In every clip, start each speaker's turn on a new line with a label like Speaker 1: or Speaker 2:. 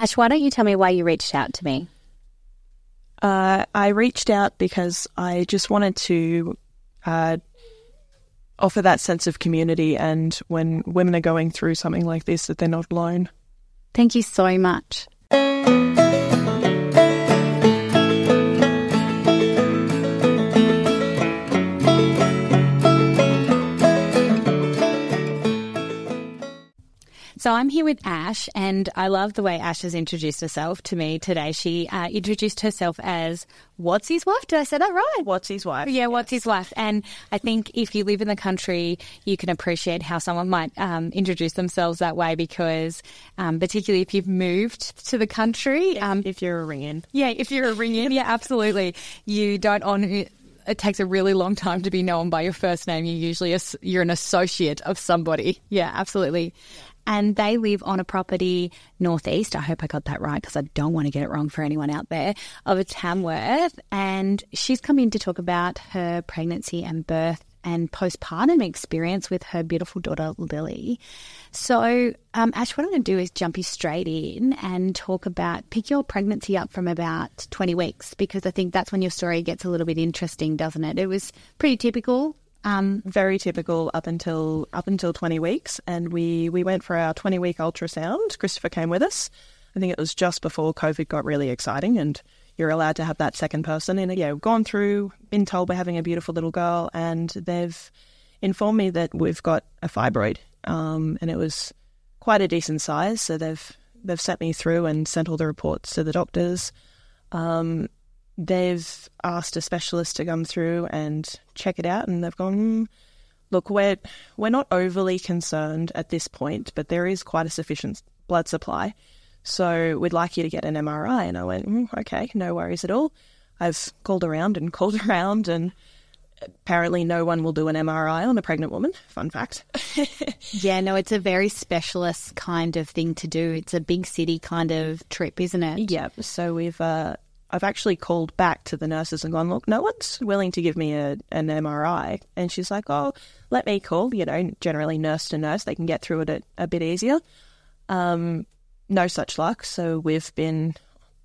Speaker 1: Ash, why don't you tell me why you reached out to me?
Speaker 2: Uh, I reached out because I just wanted to uh, offer that sense of community, and when women are going through something like this, that they're not alone.
Speaker 1: Thank you so much. So I'm here with Ash, and I love the way Ash has introduced herself to me today. She uh, introduced herself as What's his wife? Did I say that right?
Speaker 2: What's his wife?
Speaker 1: Yeah, What's his wife? And I think if you live in the country, you can appreciate how someone might um, introduce themselves that way because, um, particularly if you've moved to the country, um,
Speaker 2: If you're a ring-in.
Speaker 1: yeah, if you're a ring-in, yeah, absolutely. You don't on. It takes a really long time to be known by your first name. You usually as- you're an associate of somebody. Yeah, absolutely. And they live on a property northeast. I hope I got that right because I don't want to get it wrong for anyone out there of a Tamworth. And she's come in to talk about her pregnancy and birth and postpartum experience with her beautiful daughter Lily. So, um, Ash, what I'm going to do is jump you straight in and talk about pick your pregnancy up from about 20 weeks because I think that's when your story gets a little bit interesting, doesn't it? It was pretty typical. Um,
Speaker 2: Very typical up until up until 20 weeks, and we we went for our 20 week ultrasound. Christopher came with us. I think it was just before COVID got really exciting, and you're allowed to have that second person. And yeah, we've gone through, been told we're having a beautiful little girl, and they've informed me that we've got a fibroid, um, and it was quite a decent size. So they've they've sent me through and sent all the reports to the doctors. Um, they've asked a specialist to come through and check it out, and they've gone, hmm, look, we're we're not overly concerned at this point, but there is quite a sufficient blood supply, so we'd like you to get an MRI. And I went, mm, okay, no worries at all. I've called around and called around, and apparently no one will do an MRI on a pregnant woman. Fun fact.
Speaker 1: yeah, no, it's a very specialist kind of thing to do. It's a big city kind of trip, isn't it?
Speaker 2: Yeah. So we've uh, I've actually called back to the nurses and gone, look, no one's willing to give me a, an MRI, and she's like, oh, let me call. You know, generally nurse to nurse, they can get through it a, a bit easier. Um, no such luck. So we've been,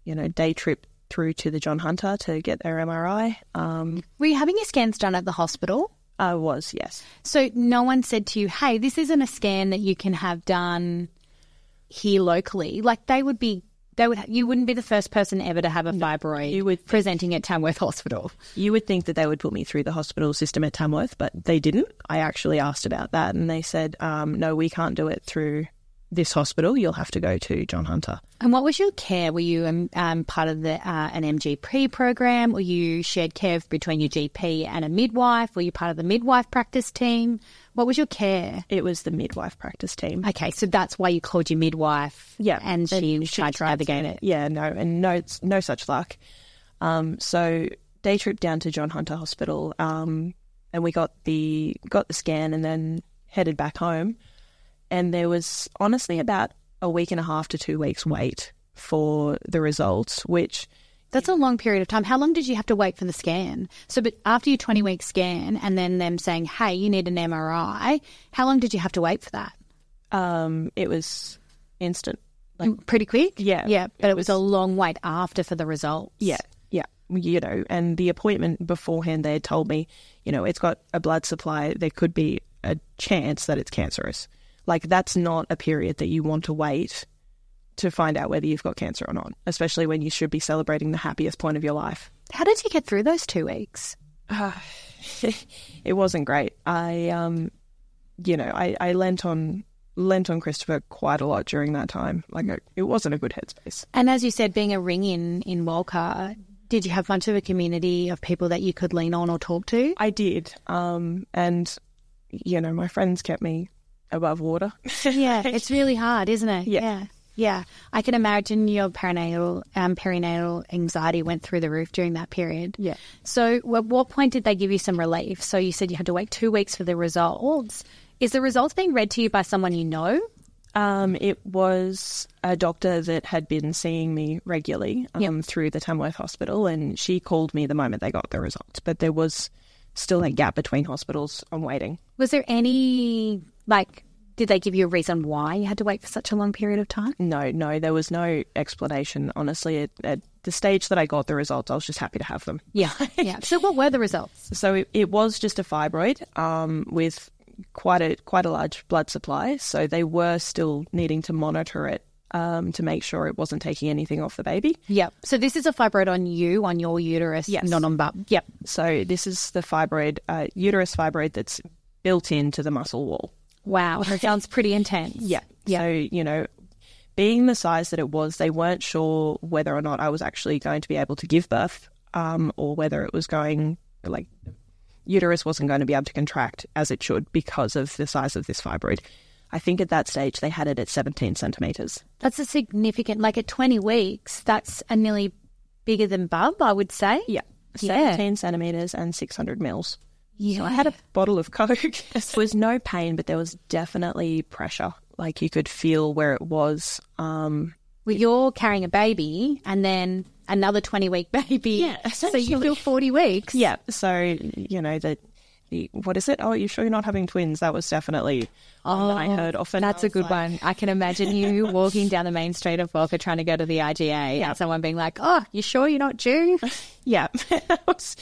Speaker 2: you know, day trip through to the John Hunter to get their MRI. Um,
Speaker 1: Were you having your scans done at the hospital?
Speaker 2: I was yes.
Speaker 1: So no one said to you, "Hey, this isn't a scan that you can have done here locally." Like they would be, they would, you wouldn't be the first person ever to have a fibroid
Speaker 2: you would think.
Speaker 1: presenting at Tamworth Hospital.
Speaker 2: You would think that they would put me through the hospital system at Tamworth, but they didn't. I actually asked about that, and they said, um, "No, we can't do it through this hospital. You'll have to go to John Hunter."
Speaker 1: And what was your care? Were you um, um, part of the uh, an MGP program? Were you shared care between your GP and a midwife? Were you part of the midwife practice team? What was your care?
Speaker 2: It was the midwife practice team.
Speaker 1: Okay, so that's why you called your midwife.
Speaker 2: Yeah,
Speaker 1: and
Speaker 2: and
Speaker 1: she,
Speaker 2: she
Speaker 1: tried to navigate it.
Speaker 2: yeah, no, and no, it's no such luck. Um, so day trip down to John Hunter Hospital, um, and we got the got the scan, and then headed back home. And there was honestly about a week and a half to two weeks wait for the results, which
Speaker 1: That's a long period of time. How long did you have to wait for the scan? So, but after your 20 week scan and then them saying, hey, you need an MRI, how long did you have to wait for that?
Speaker 2: um, it was instant. Like
Speaker 1: Pretty quick?
Speaker 2: Yeah.
Speaker 1: Yeah, but it was, a long wait after for the results.
Speaker 2: Yeah, yeah. You know, and the appointment beforehand, they had told me, you know, it's got a blood supply. There could be a chance that it's cancerous. Like that's not a period that you want to wait to find out whether you've got cancer or not, especially when you should be celebrating the happiest point of your life.
Speaker 1: How did you get through those two weeks?
Speaker 2: it wasn't great. I, um, you know, I, I lent on lent on Christopher quite a lot during that time. Like it- it wasn't a good headspace.
Speaker 1: And as you said, being a ring in in Walker, did you have much of a community of people that you could lean on or talk to?
Speaker 2: I did. Um, and, you know, my friends kept me above water.
Speaker 1: yeah, it's really hard, isn't it?
Speaker 2: Yeah.
Speaker 1: yeah. Yeah. I can imagine your perinatal um, perinatal anxiety went through the roof during that period.
Speaker 2: Yeah.
Speaker 1: So, at what point did they give you some relief? So, you said you had to wait two weeks for the results. Is the results being read to you by someone you know?
Speaker 2: Um, it was a doctor that had been seeing me regularly um, through the Tamworth Hospital, and she called me the moment they got the results. But there was still a gap between hospitals. I'm waiting.
Speaker 1: Was there any like Did they give you a reason why you had to wait for such a long period of time?
Speaker 2: No, no, there was no explanation. Honestly, at, at the stage that I got the results, I was just happy to have them.
Speaker 1: Yeah. Yeah. So what were the results?
Speaker 2: So it, it was just a fibroid um, with quite a quite a large blood supply. So they were still needing to monitor it um, to make sure it wasn't taking anything off the baby.
Speaker 1: Yep. So this is a fibroid on you, on your uterus,
Speaker 2: Yes.
Speaker 1: not on bub. Yep.
Speaker 2: So this is the fibroid, uh, uterus fibroid that's built into the muscle wall.
Speaker 1: Wow. That sounds pretty intense. Yeah.
Speaker 2: So, you know, being the size that it was, they weren't sure whether or not I was actually going to be able to give birth um, or whether it was going, like, uterus wasn't going to be able to contract as it should because of the size of this fibroid. I think at that stage they had it at 17 centimeters.
Speaker 1: That's a significant, like at 20 weeks, that's a nearly bigger than bub, I would say.
Speaker 2: Yeah.
Speaker 1: Yeah.
Speaker 2: 17 centimeters and 600 mils.
Speaker 1: Yeah.
Speaker 2: I had a bottle of Coke. there was no pain, but there was definitely pressure. Like you could feel where it was. Um,
Speaker 1: Well, you're carrying a baby and then another 20 week baby.
Speaker 2: Yeah,
Speaker 1: So you feel 40 weeks.
Speaker 2: Yeah. So you know the the what is it? Oh, you sure you're not having twins? That was definitely oh, I heard often.
Speaker 1: That's a good one. I can imagine you walking down the main street of Walker trying to go to the IGA and someone being like, oh, you sure you're not due?
Speaker 2: Yeah. That was-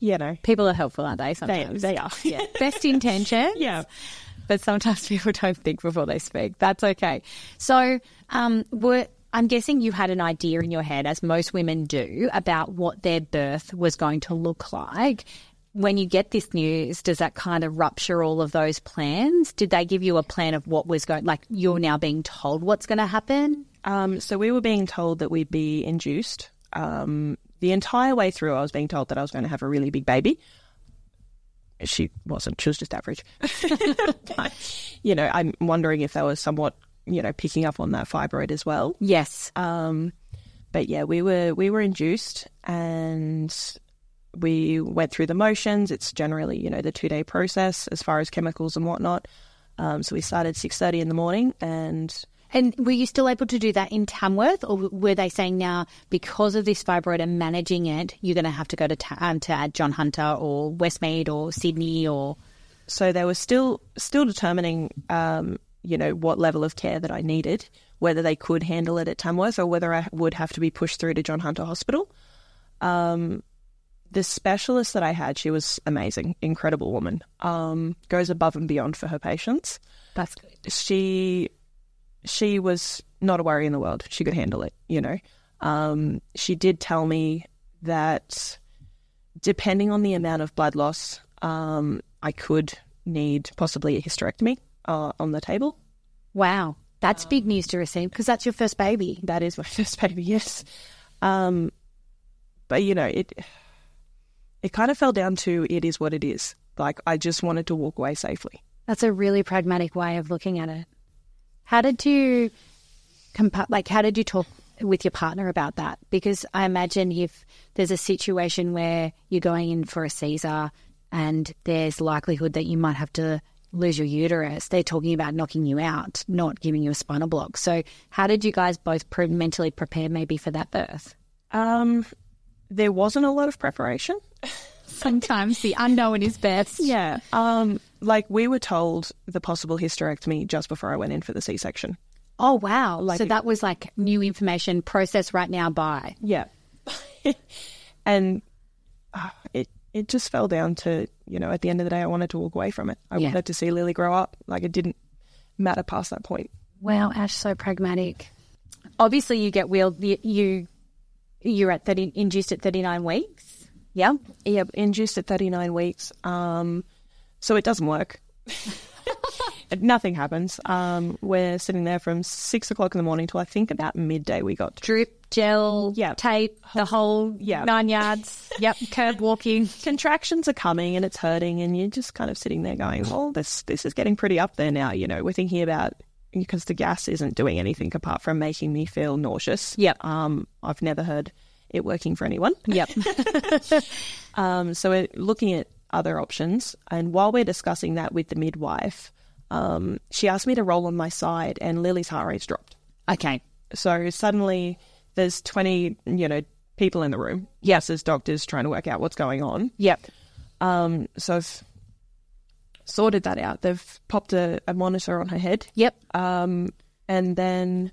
Speaker 2: you know
Speaker 1: People are helpful, aren't they?
Speaker 2: they
Speaker 1: Sometimes.
Speaker 2: they are. Yeah.
Speaker 1: Best intention.
Speaker 2: yeah.
Speaker 1: But sometimes people don't think before they speak. That's okay. So, um, were, I'm guessing you had an idea in your head, as most women do, about what their birth was going to look like. When you get this news, does that kind of rupture all of those plans? Did they give you a plan of what was going? Like you're now being told what's going to happen.
Speaker 2: Um, so we were being told that we'd be induced. Um, the entire way through, I was being told that I was going to have a really big baby. She wasn't. She was just average. But, you know, I'm wondering if they were somewhat, you know, picking up on that fibroid as well.
Speaker 1: Yes.
Speaker 2: Um, but yeah, we were we were induced and we went through the motions. It's generally you know the two day process as far as chemicals and whatnot. Um, so we started six thirty in the morning, and
Speaker 1: And were you still able to do that in Tamworth, or were they saying now because of this fibroid and managing it, you're going to have to go to ta- um, to John Hunter or Westmead or Sydney or
Speaker 2: so they were still still determining um, you know what level of care that I needed, whether they could handle it at Tamworth or whether I would have to be pushed through to John Hunter Hospital. Um, the specialist that I had, she was amazing, incredible woman. Um, goes above and beyond for her patients.
Speaker 1: that's good.
Speaker 2: she she was not a worry in the world. She could handle it, you know. Um, she did tell me that depending on the amount of blood loss, um, I could need possibly a hysterectomy uh, on the table.
Speaker 1: Wow, that's big news to receive because that's your first baby.
Speaker 2: That is my first baby, yes. Um, but you know, it it kind of fell down to it is what it is. Like I just wanted to walk away safely.
Speaker 1: That's a really pragmatic way of looking at it. How did you compa- like how did you talk with your partner about that? Because I imagine if there's a situation where you're going in for a Caesar and there's likelihood that you might have to lose your uterus, they're talking about knocking you out, not giving you a spinal block. So how did you guys both pre- mentally prepare maybe for that birth?
Speaker 2: Um, there wasn't a lot of preparation.
Speaker 1: Sometimes the unknown is best.
Speaker 2: Yeah. Um, like we were told the possible hysterectomy just before I went in for the C section.
Speaker 1: Oh wow! so that was like new information. Process right now. By
Speaker 2: Yeah. and uh, it it just fell down to, you know, at the end of the day I wanted to walk away from it. I
Speaker 1: Yeah.
Speaker 2: wanted to see Lily grow up. Like it didn't matter past that point.
Speaker 1: wow, Ash, so pragmatic. Obviously, you get wheeled. You- You you're at thirty induced at thirty nine weeks. Yeah.
Speaker 2: Yeah, induced at 39 weeks. Um, so it doesn't work. Nothing happens. Um, we're sitting there from six o'clock in the morning till I think about midday we got
Speaker 1: Drip gel.
Speaker 2: Yeah.
Speaker 1: Tape. The whole
Speaker 2: Yeah.
Speaker 1: nine yards. yep. Curb walking.
Speaker 2: contractions are coming and it's hurting and you're just kind of sitting there going, well, this this is getting pretty up there now. You know, we're thinking about because the gas isn't doing anything apart from making me feel nauseous.
Speaker 1: Yep.
Speaker 2: Um, I've never heard it working for anyone.
Speaker 1: Yep.
Speaker 2: Um, so we're looking at other options. And while we're discussing that with the midwife, um, she asked me to roll on my side and Lily's heart rate's dropped.
Speaker 1: okay.
Speaker 2: So suddenly there's 20, you know, people in the room. Yes, there's doctors trying to work out what's going on.
Speaker 1: Yep.
Speaker 2: Um, so I've sorted that out. They've popped a, a monitor on her head.
Speaker 1: Yep.
Speaker 2: Um, and then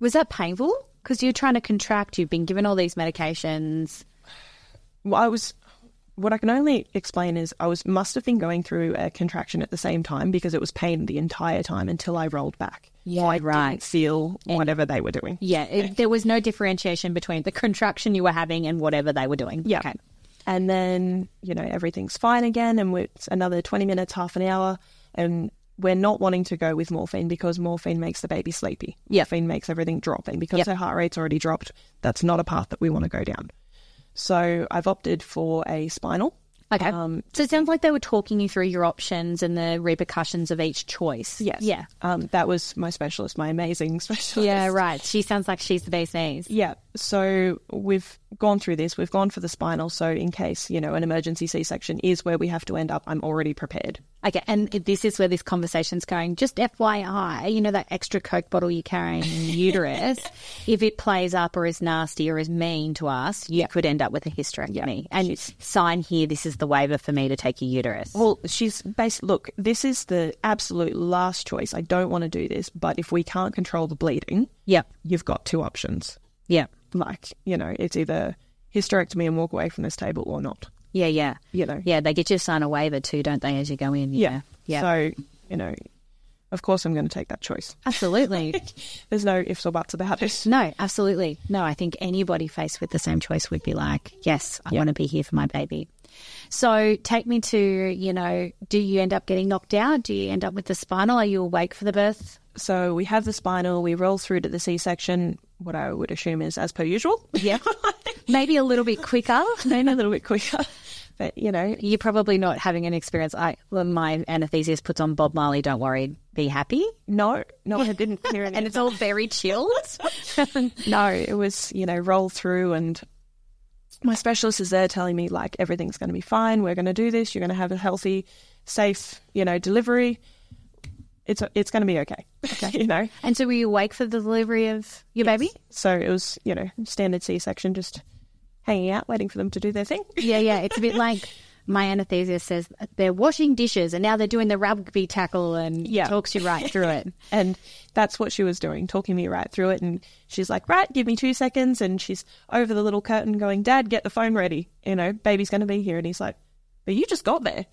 Speaker 1: Was that painful? Because you're trying to contract, you've been given all these medications.
Speaker 2: well, I was. What I can only explain is I was must have been going through a contraction at the same time because it was pain the entire time until I rolled back.
Speaker 1: Yeah,
Speaker 2: so I
Speaker 1: right.
Speaker 2: didn't feel whatever they were doing.
Speaker 1: Yeah, it, there was no differentiation between the contraction you were having and whatever they were doing.
Speaker 2: Yeah.
Speaker 1: Okay.
Speaker 2: And then, you know, everything's fine again. And we- it's another 20 minutes, half an hour. And we're not wanting to go with morphine because morphine makes the baby sleepy.
Speaker 1: Yep.
Speaker 2: Morphine makes everything drop. And because
Speaker 1: Yep.
Speaker 2: her heart rate's already dropped, that's not a path that we want to go down. So I've opted for a spinal.
Speaker 1: Okay. Um, so it sounds like they were talking you through your options and the repercussions of each choice. Yeah.
Speaker 2: Um, that was my specialist, my amazing specialist.
Speaker 1: Yeah, right. She sounds like she's the bee's knees.
Speaker 2: Yeah. So we've gone through this. We've gone for the spinal. So in case, you know, an emergency C section is where we have to end up, I'm already prepared.
Speaker 1: Okay, and this is where this conversation's going. Just FYI, you know that extra Coke bottle you carry in your uterus, if it plays up or is nasty or is mean to us, you could end up with a hysterectomy. And sign here, this is the waiver for me to take your uterus.
Speaker 2: Well, she's basically, look, this is the absolute last choice. I don't want to do this, but if we can't control the bleeding,
Speaker 1: Yep,
Speaker 2: you've got two options.
Speaker 1: yep,
Speaker 2: Like, you know, it's either hysterectomy and walk away from this table or not,
Speaker 1: yeah, yeah.
Speaker 2: you know.
Speaker 1: Yeah, they get you to sign a waiver too, don't they, as you go in?
Speaker 2: Yeah.
Speaker 1: Yeah,
Speaker 2: So, you know, of course I'm going to take that choice.
Speaker 1: absolutely.
Speaker 2: There's no ifs or buts about it.
Speaker 1: No, absolutely. No, I think anybody faced with the same choice would be like, yes, I want to be here for my baby. So take me to, you know, do you end up getting knocked out? Do you end up with the spinal? Are you awake for the birth?
Speaker 2: So we have the spinal, we roll through to the C section, what I would assume is as per usual.
Speaker 1: Yeah. Maybe a little bit quicker.
Speaker 2: Maybe a little bit quicker, but you know,
Speaker 1: You're probably not having an experience. I, well, my anesthesiast puts on Bob Marley, don't worry, be happy.
Speaker 2: no, no, I didn't hear anything.
Speaker 1: And it's all very chilled.
Speaker 2: no, it was, you know, roll through and my specialist is there telling me like everything's going to be fine. We're going to do this. You're going to have a healthy, safe, you know, delivery. It's it's going to be okay. Okay. you know.
Speaker 1: and so were you awake for the delivery of your baby?
Speaker 2: So it was, you know, standard C-section just hanging out waiting for them to do their thing.
Speaker 1: Yeah, yeah. It's a bit like my anesthesiast says they're washing dishes and now they're doing the rugby tackle and
Speaker 2: Yeah.
Speaker 1: talks you right through it.
Speaker 2: And that's what she was doing, talking me right through it and she's like, "Right, give me 2 seconds." And she's over the little curtain going, "Dad, get the phone ready. You know, baby's going to be here." And he's like, "But you just got there."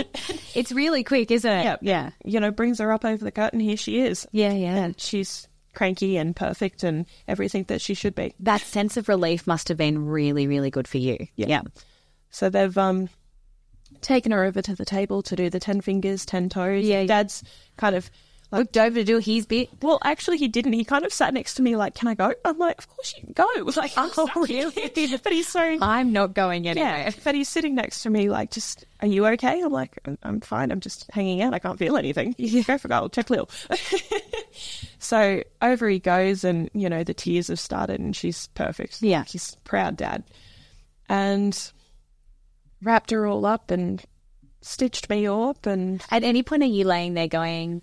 Speaker 1: It's really quick, isn't it?
Speaker 2: Yeah.
Speaker 1: Yeah.
Speaker 2: you know, brings her up over the curtain. Here she is.
Speaker 1: Yeah, yeah.
Speaker 2: She's cranky and perfect and everything that she should be.
Speaker 1: That sense of relief must have been really, really good for you. Yeah.
Speaker 2: So they've um taken her over to the table to do the ten fingers, ten toes.
Speaker 1: Yeah.
Speaker 2: Dad's kind of like
Speaker 1: Looked over to do his bit.
Speaker 2: well, actually, he didn't. He kind of sat next to me, like, "Can I go?" I'm like, "Of course you can go." Like,
Speaker 1: Oh,
Speaker 2: really? but he's so
Speaker 1: I'm not going
Speaker 2: yeah. But he's sitting next to me, like, "Just are you okay?" I'm like, "I'm- "I'm fine. I'm just hanging out. I can't feel anything." Go for gold. Check Lil. So over he goes, and you know the tears have started, and she's perfect.
Speaker 1: Yeah.
Speaker 2: she's proud dad, and wrapped her all up and stitched me up, and
Speaker 1: At any point, are you laying there going,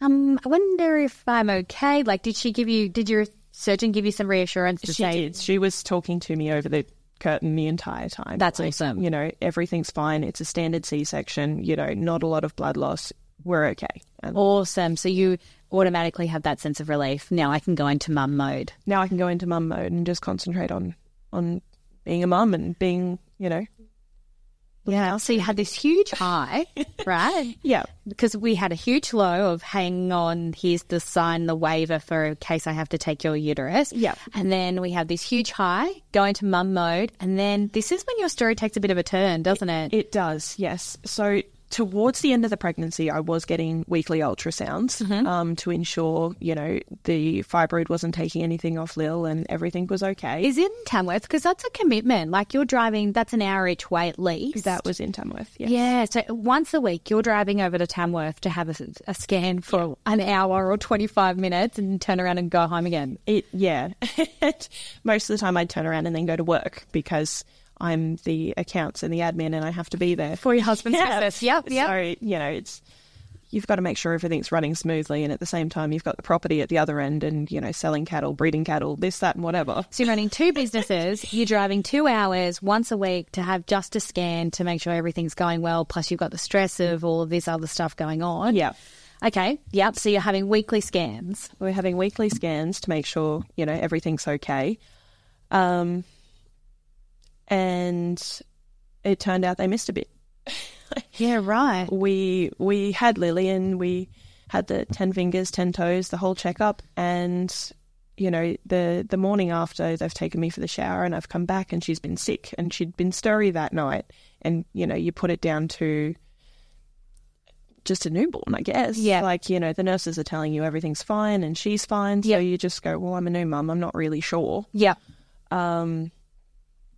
Speaker 1: um, I wonder if I'm okay? Like, did she give you, did your surgeon give you some reassurance to say,
Speaker 2: She was talking to me over the curtain the entire time.
Speaker 1: That's awesome.
Speaker 2: You know, everything's fine. It's a standard C-section. You know, not a lot of blood loss. We're okay. And
Speaker 1: awesome? So you automatically have that sense of relief. Now I can go into mum mode.
Speaker 2: now I can go into mum mode and just concentrate on on being a mum and being, you know,
Speaker 1: Yeah. So you had this huge high, right?
Speaker 2: yeah,
Speaker 1: Because we had a huge low of hang on, here's the sign, the waiver for in case I have to take your uterus.
Speaker 2: Yeah.
Speaker 1: And then we have this huge high, go into mum mode. And then this is when your story takes a bit of a turn, doesn't it?
Speaker 2: It does, yes. So towards the end of the pregnancy, I was getting weekly ultrasounds um, to ensure, you know, the fibroid wasn't taking anything off Lil and everything was okay.
Speaker 1: Is in Tamworth because that's a commitment. Like you're driving, that's an hour each way at least.
Speaker 2: that was in Tamworth, yeah.
Speaker 1: yeah, so once a week you're driving over to Tamworth to have a, a scan for an hour or 25 minutes and turn around and go home again.
Speaker 2: It, yeah. Most of the time, I'd turn around and then go to work because I'm the accounts and the admin, and I have to be there for your husband's
Speaker 1: business. Yep, yep.
Speaker 2: So you know, it's you've got to make sure everything's running smoothly. And at the same time, you've got the property at the other end and, you know, selling cattle, breeding cattle, this, that, and whatever.
Speaker 1: So you're running two businesses, you're driving two hours once a week to have just a scan to make sure everything's going well, plus you've got the stress of all of this other stuff going on.
Speaker 2: Yeah.
Speaker 1: Okay, yep. So you're having weekly scans.
Speaker 2: We're having weekly scans to make sure, you know, everything's okay. Um, and it turned out they missed a bit.
Speaker 1: Yeah, right.
Speaker 2: we we had Lily and we had the ten fingers, ten toes, the whole checkup, and you know the the morning after they've taken me for the shower and I've come back and she's been sick and she'd been stirry that night, and you know you put it down to just a newborn, I guess.
Speaker 1: Yeah.
Speaker 2: Like you know the nurses are telling you everything's fine and she's fine, so
Speaker 1: Yeah.
Speaker 2: you just go, well, I'm a new mum, I'm not really sure
Speaker 1: Yep.
Speaker 2: um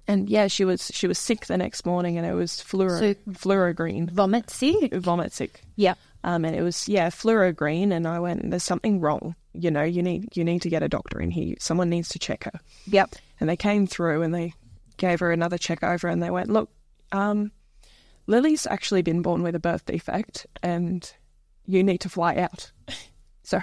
Speaker 2: and yeah she was she was sick the next morning and it was fluoro
Speaker 1: So-
Speaker 2: fluorogreen
Speaker 1: Vomit sick.
Speaker 2: vomit sick
Speaker 1: Yep.
Speaker 2: um and it was yeah fluorogreen and i went there's something wrong you know you need you need to get a doctor in here someone needs to check her
Speaker 1: Yep.
Speaker 2: and they came through and they gave her another check over and they went look um lily's actually been born with a birth defect and you need to fly out so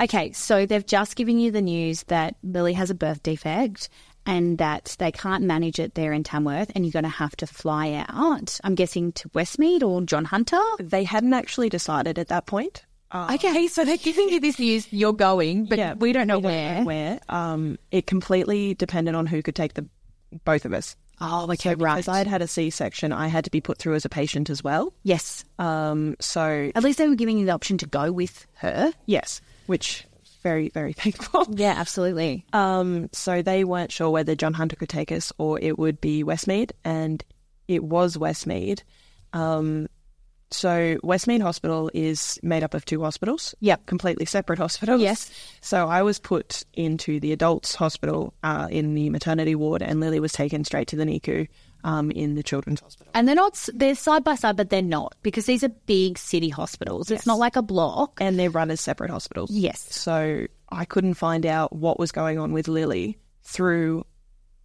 Speaker 1: Okay, so they've just given you the news that Lily has a birth defect and that they can't manage it there in Tamworth and you're going to have to fly out, I'm guessing to Westmead or John Hunter.
Speaker 2: they hadn't actually decided at that point Uh,
Speaker 1: Okay, so they're giving you this news, you're going, but
Speaker 2: Yeah,
Speaker 1: we don't know
Speaker 2: know
Speaker 1: where.
Speaker 2: where. Um, it completely depended on who could take the both of us.
Speaker 1: Oh, okay, right.
Speaker 2: As I had had a C section, I had to be put through as a patient as well.
Speaker 1: yes.
Speaker 2: Um, so
Speaker 1: At least they were giving you the option to go with her.
Speaker 2: yes, which very very thankful.
Speaker 1: Yeah, absolutely.
Speaker 2: Um, so they weren't sure whether John Hunter could take us or it would be Westmead, and it was Westmead. Um, so Westmead Hospital is made up of two hospitals.
Speaker 1: Yep.
Speaker 2: completely separate hospitals.
Speaker 1: Yes.
Speaker 2: So I was put into the adults hospital uh, in the maternity ward, and Lily was taken straight to the NICU um, in the children's hospital.
Speaker 1: And they're not, s- they're side by side, but they're not because these are big city hospitals. It's not like a block.
Speaker 2: And they're run as separate hospitals.
Speaker 1: Yes.
Speaker 2: So I couldn't find out what was going on with Lily through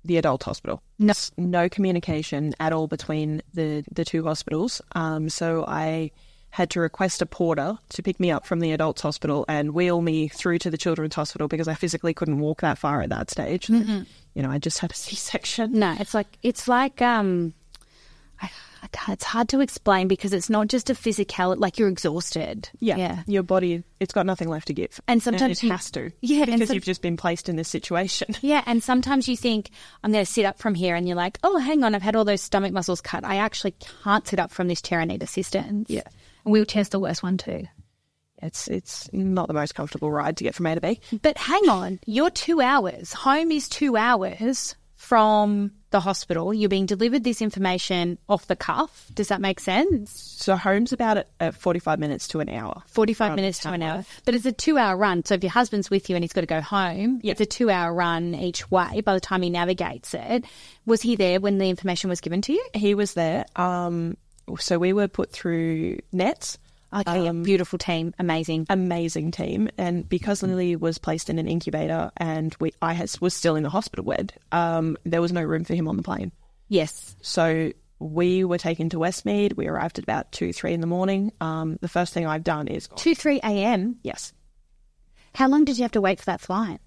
Speaker 2: the adult hospital.
Speaker 1: No.
Speaker 2: no communication at all between the, the two hospitals. Um, so I had to request a porter to pick me up from the adults hospital and wheel me through to the children's hospital because I physically couldn't walk that far at that stage. You know, I just had a C section.
Speaker 1: No, it's like it's like um, I, I can't- it's hard to explain because it's not just a physicality. Like you're exhausted. yeah,
Speaker 2: Your body, it's got nothing left to give.
Speaker 1: And sometimes
Speaker 2: it
Speaker 1: you-
Speaker 2: has to.
Speaker 1: Yeah, and
Speaker 2: Because
Speaker 1: some-
Speaker 2: you've just been placed in this situation.
Speaker 1: yeah. And sometimes you think I'm going to sit up from here, and you're like, oh, hang on, I've had all those stomach muscles cut. I actually can't sit up from this chair. I need assistance.
Speaker 2: Yeah.
Speaker 1: And wheelchair's the worst one too.
Speaker 2: It's, it's not the most comfortable ride to get from A to B.
Speaker 1: But hang on, you're two hours. Home is two hours from the hospital. You're being delivered this information off the cuff. Does that make sense?
Speaker 2: So home's about at, at 45 minutes to an hour.
Speaker 1: 45 minutes to an hour. But it's a two hour run. So if your husband's with you and he's got to go home, it's a two hour run each way by the time he navigates it. Was he there when the information was given to you?
Speaker 2: He was there. Um, so we were put through nets.
Speaker 1: Okay. um, Beautiful team. Amazing.
Speaker 2: Amazing team, and because Lily was placed in an incubator, and we I has, was still in the hospital bed, um, there was no room for him on the plane.
Speaker 1: Yes.
Speaker 2: So we were taken to Westmead. We arrived at about two, three in the morning. Um, the first thing I've done is
Speaker 1: 2 3 a.m.
Speaker 2: yes.
Speaker 1: How long did you have to wait for that flight?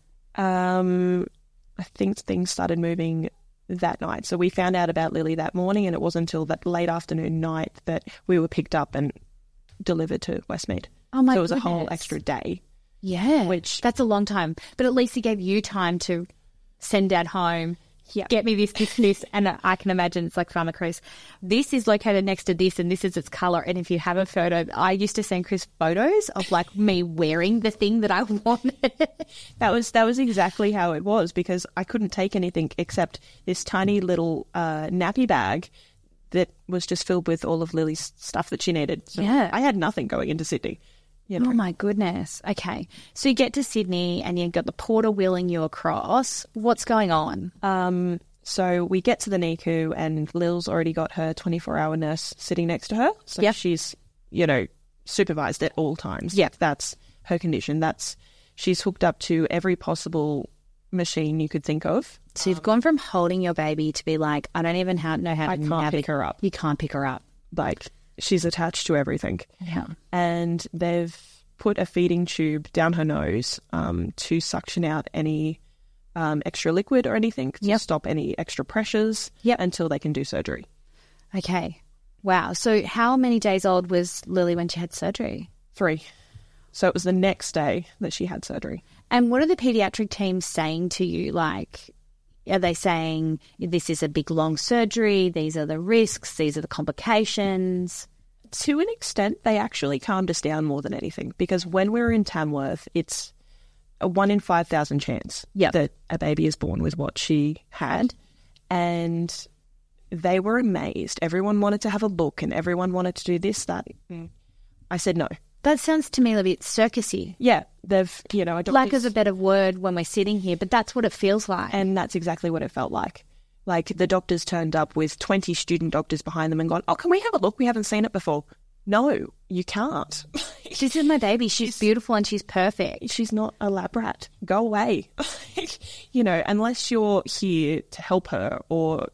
Speaker 2: Um, I think things started moving that night. So we found out about Lily that morning, and it wasn't until that late afternoon night that we were picked up and delivered to Westmead.
Speaker 1: Oh my
Speaker 2: So it was a whole
Speaker 1: goodness.
Speaker 2: extra day.
Speaker 1: Yeah.
Speaker 2: Which-
Speaker 1: that's a long time. But at least he gave you time to send dad home.
Speaker 2: Yeah.
Speaker 1: Get me this, this, this. And I can imagine it's like Farmer Chris. This is located next to this and this is its color. And if you have a photo, I used to send Chris photos of like me wearing the thing that I wanted.
Speaker 2: That was that was exactly how it was because I couldn't take anything except this tiny little uh, nappy bag that was just filled with all of Lily's stuff that she needed. So
Speaker 1: Yeah.
Speaker 2: I had nothing going into Sydney. You know,
Speaker 1: Oh my goodness. Okay. So you get to Sydney and you've got the porter wheeling you across. What's going on?
Speaker 2: So we get to the NICU, and Lil's already got her 24 hour nurse sitting next to her. So
Speaker 1: Yep.
Speaker 2: she's, you know, supervised at all times.
Speaker 1: Yep.
Speaker 2: That's her condition. That's she's hooked up to every possible machine you could think of.
Speaker 1: so you've gone from holding your baby to be like, I don't even how, know how to
Speaker 2: can't
Speaker 1: navig-
Speaker 2: pick her up.
Speaker 1: You can't pick her up.
Speaker 2: Like, she's attached to everything.
Speaker 1: Yeah.
Speaker 2: And they've put a feeding tube down her nose um, to suction out any um, extra liquid or anything to
Speaker 1: Yep.
Speaker 2: stop any extra pressures
Speaker 1: Yep.
Speaker 2: until they can do surgery.
Speaker 1: Okay. Wow. So how many days old was Lily when she had surgery?
Speaker 2: Three. So it was the next day that she had surgery.
Speaker 1: And what are the pediatric teams saying to you? Like, are they saying this is a big, long surgery? These are the risks. These are the complications.
Speaker 2: to an extent, they actually calmed us down more than anything because when we were in Tamworth, it's a one in 5,000 chance
Speaker 1: Yep.
Speaker 2: that a baby is born with what she had. And they were amazed. Everyone wanted to have a look and everyone wanted to do this, that.
Speaker 1: Mm.
Speaker 2: I said no.
Speaker 1: That sounds to me a bit circusy.
Speaker 2: Yeah, they've, you know, I don't
Speaker 1: Lack of a better word when we're sitting here, but that's what it feels like.
Speaker 2: And that's exactly what it felt like. Like the doctors turned up with 20 student doctors behind them and gone, oh, can we have a look? We haven't seen it before. No, you can't.
Speaker 1: this is my baby. She's beautiful and she's perfect.
Speaker 2: she's not a lab rat. Go away. you know, unless you're here to help her or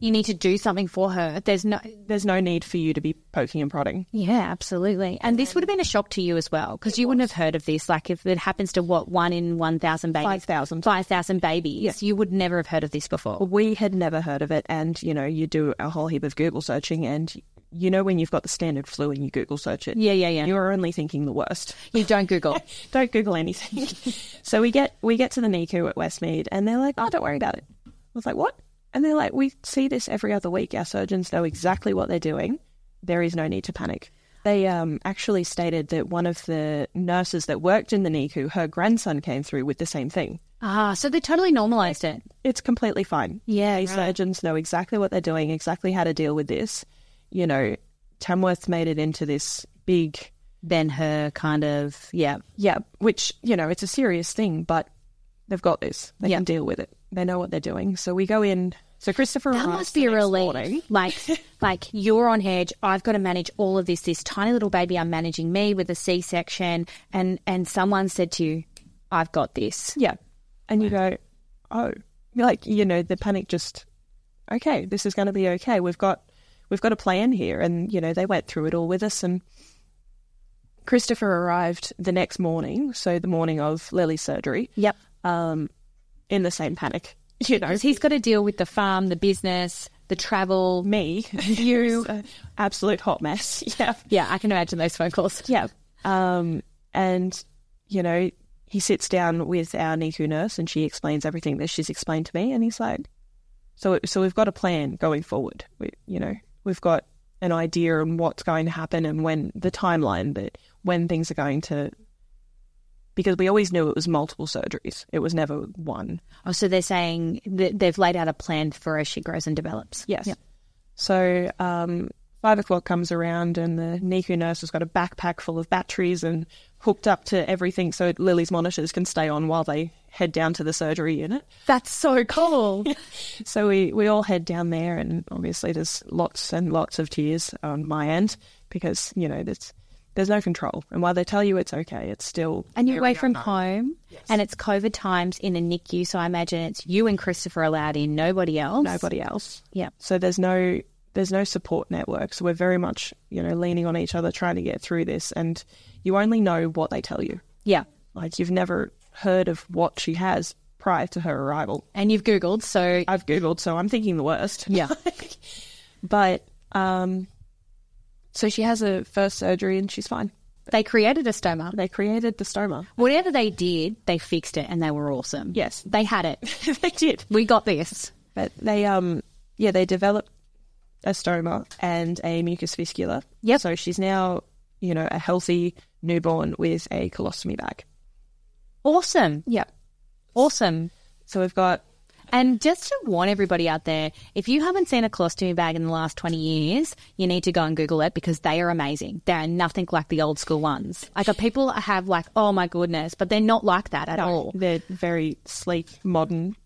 Speaker 1: You need to do something for her. There's no.
Speaker 2: there's no need for you to be poking and prodding.
Speaker 1: Yeah, absolutely. And this would have been a shock to you as well because you wouldn't have heard of this. Like, if it happens to what, one in 1,000 babies?
Speaker 2: 5,000.
Speaker 1: 5,000 babies. You would never have heard of this before.
Speaker 2: We had never heard of it and you know, you do a whole heap of Google searching and you know when you've got the standard flu and you Google search it.
Speaker 1: Yeah, yeah, yeah.
Speaker 2: You're only thinking the worst.
Speaker 1: You don't Google.
Speaker 2: Don't Google anything. so we get we get to the NICU at Westmead and they're like, Oh, don't worry about it. I was like, What? And they're like, We see this every other week. Our surgeons know exactly what they're doing. There is no need to panic. They um, actually stated that one of the nurses that worked in the NICU, her grandson came through with the same thing.
Speaker 1: ah, so they totally normalized it.
Speaker 2: It's completely fine.
Speaker 1: Yeah,
Speaker 2: These surgeons know exactly what they're doing, exactly how to deal with this. You know, Tamworth made it into this big
Speaker 1: Then her kind of, yeah.
Speaker 2: Yeah, which, you know, it's a serious thing, but they've got this. They
Speaker 1: Yeah.
Speaker 2: can deal with it. They know what they're doing. So we go in. So Christopher
Speaker 1: That
Speaker 2: arrives
Speaker 1: must
Speaker 2: the
Speaker 1: be a
Speaker 2: next
Speaker 1: relief.
Speaker 2: morning.
Speaker 1: Like, like you're on edge. I've got to manage all of this. This tiny little baby, I'm managing me with a C-section, and and someone said to you, "I've got this."
Speaker 2: Yeah. And you go, oh, like, you know, the panic just, okay, this is going to be okay. We've got, we've got a plan here. And, you know, they went through it all with us. And Christopher arrived the next morning. So the morning of Lily's surgery
Speaker 1: Yep.
Speaker 2: in the same panic, you know.
Speaker 1: Because he's got to deal with the farm, the business, the travel.
Speaker 2: Me, you, absolute hot mess. Yeah.
Speaker 1: Yeah, I can imagine those phone calls.
Speaker 2: Yeah. Um, and, you know, he sits down with our NICU nurse and she explains everything that she's explained to me. And he's like, so, so we've got a plan going forward. We, you know, we've got an idea on what's going to happen and when the timeline that when things are going to, because we always knew it was multiple surgeries. It was never one.
Speaker 1: Oh, so they're saying that they've laid out a plan for as she grows and develops.
Speaker 2: Yes. So um, five o'clock comes around, and the NICU nurse has got a backpack full of batteries and hooked up to everything so Lily's monitors can stay on while they head down to the surgery unit.
Speaker 1: That's so cool.
Speaker 2: So we, we all head down there, and obviously there's lots and lots of tears on my end because, you know, there's, there's no control. And while they tell you it's okay, it's still.
Speaker 1: And you're away from home, and it's COVID times in a NICU, so I imagine it's you and Christopher allowed in, nobody else.
Speaker 2: Nobody else.
Speaker 1: Yeah.
Speaker 2: So there's no there's no support network. So we're very much, you know, leaning on each other trying to get through this and you only know what they tell you.
Speaker 1: Yeah.
Speaker 2: Like you've never heard of what she has prior to her arrival.
Speaker 1: And you've Googled, so
Speaker 2: I've googled, so I'm thinking the worst.
Speaker 1: yeah.
Speaker 2: But um, so she has a first surgery and she's fine.
Speaker 1: they created a stoma.
Speaker 2: They created the stoma.
Speaker 1: Whatever they did, they fixed it and they were awesome.
Speaker 2: Yes.
Speaker 1: They had it.
Speaker 2: they did,
Speaker 1: We got this.
Speaker 2: but they um yeah they developed a stoma and a mucus viscula.
Speaker 1: Yep.
Speaker 2: So she's now you know a healthy newborn with a colostomy bag.
Speaker 1: Awesome.
Speaker 2: Yep.
Speaker 1: Awesome.
Speaker 2: So we've got
Speaker 1: And just to warn everybody out there, if you haven't seen a colostomy bag in the last 20 years, you need to go and Google it because they are amazing. They are nothing like the old school ones. Like, uh, people have like, oh my goodness, but they're not like that at all.
Speaker 2: they're very sleek, modern.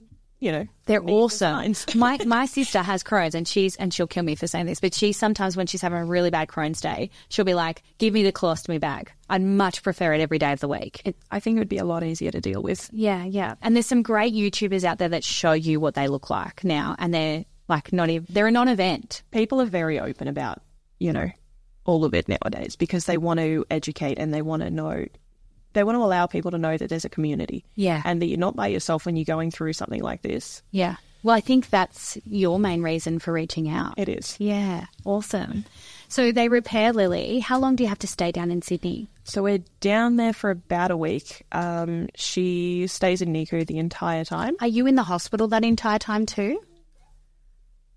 Speaker 2: You know,
Speaker 1: They're awesome.
Speaker 2: designs.
Speaker 1: my my sister has Crohn's and she's and she'll kill me for saying this, but she sometimes when she's having a really bad Crohn's day, she'll be like, "Give me the colostomy bag. I'd much prefer it every day of the week."
Speaker 2: it, I think it would be a lot easier to deal with.
Speaker 1: yeah, yeah. And there's some great YouTubers out there that show you what they look like now, and they're like not even they're a non-event.
Speaker 2: People are very open about you know, all of it nowadays because they want to educate and they want to know, they want to allow people to know that there's a community
Speaker 1: Yeah.
Speaker 2: and that you're not by yourself when you're going through something like this.
Speaker 1: Yeah. Well, I think that's your main reason for reaching out.
Speaker 2: It is.
Speaker 1: Yeah. Awesome. So they repair Lily. How long do you have to stay down in Sydney?
Speaker 2: So we're down there for about a week. Um, she stays in Niku the entire time
Speaker 1: Are you in the hospital that entire time too?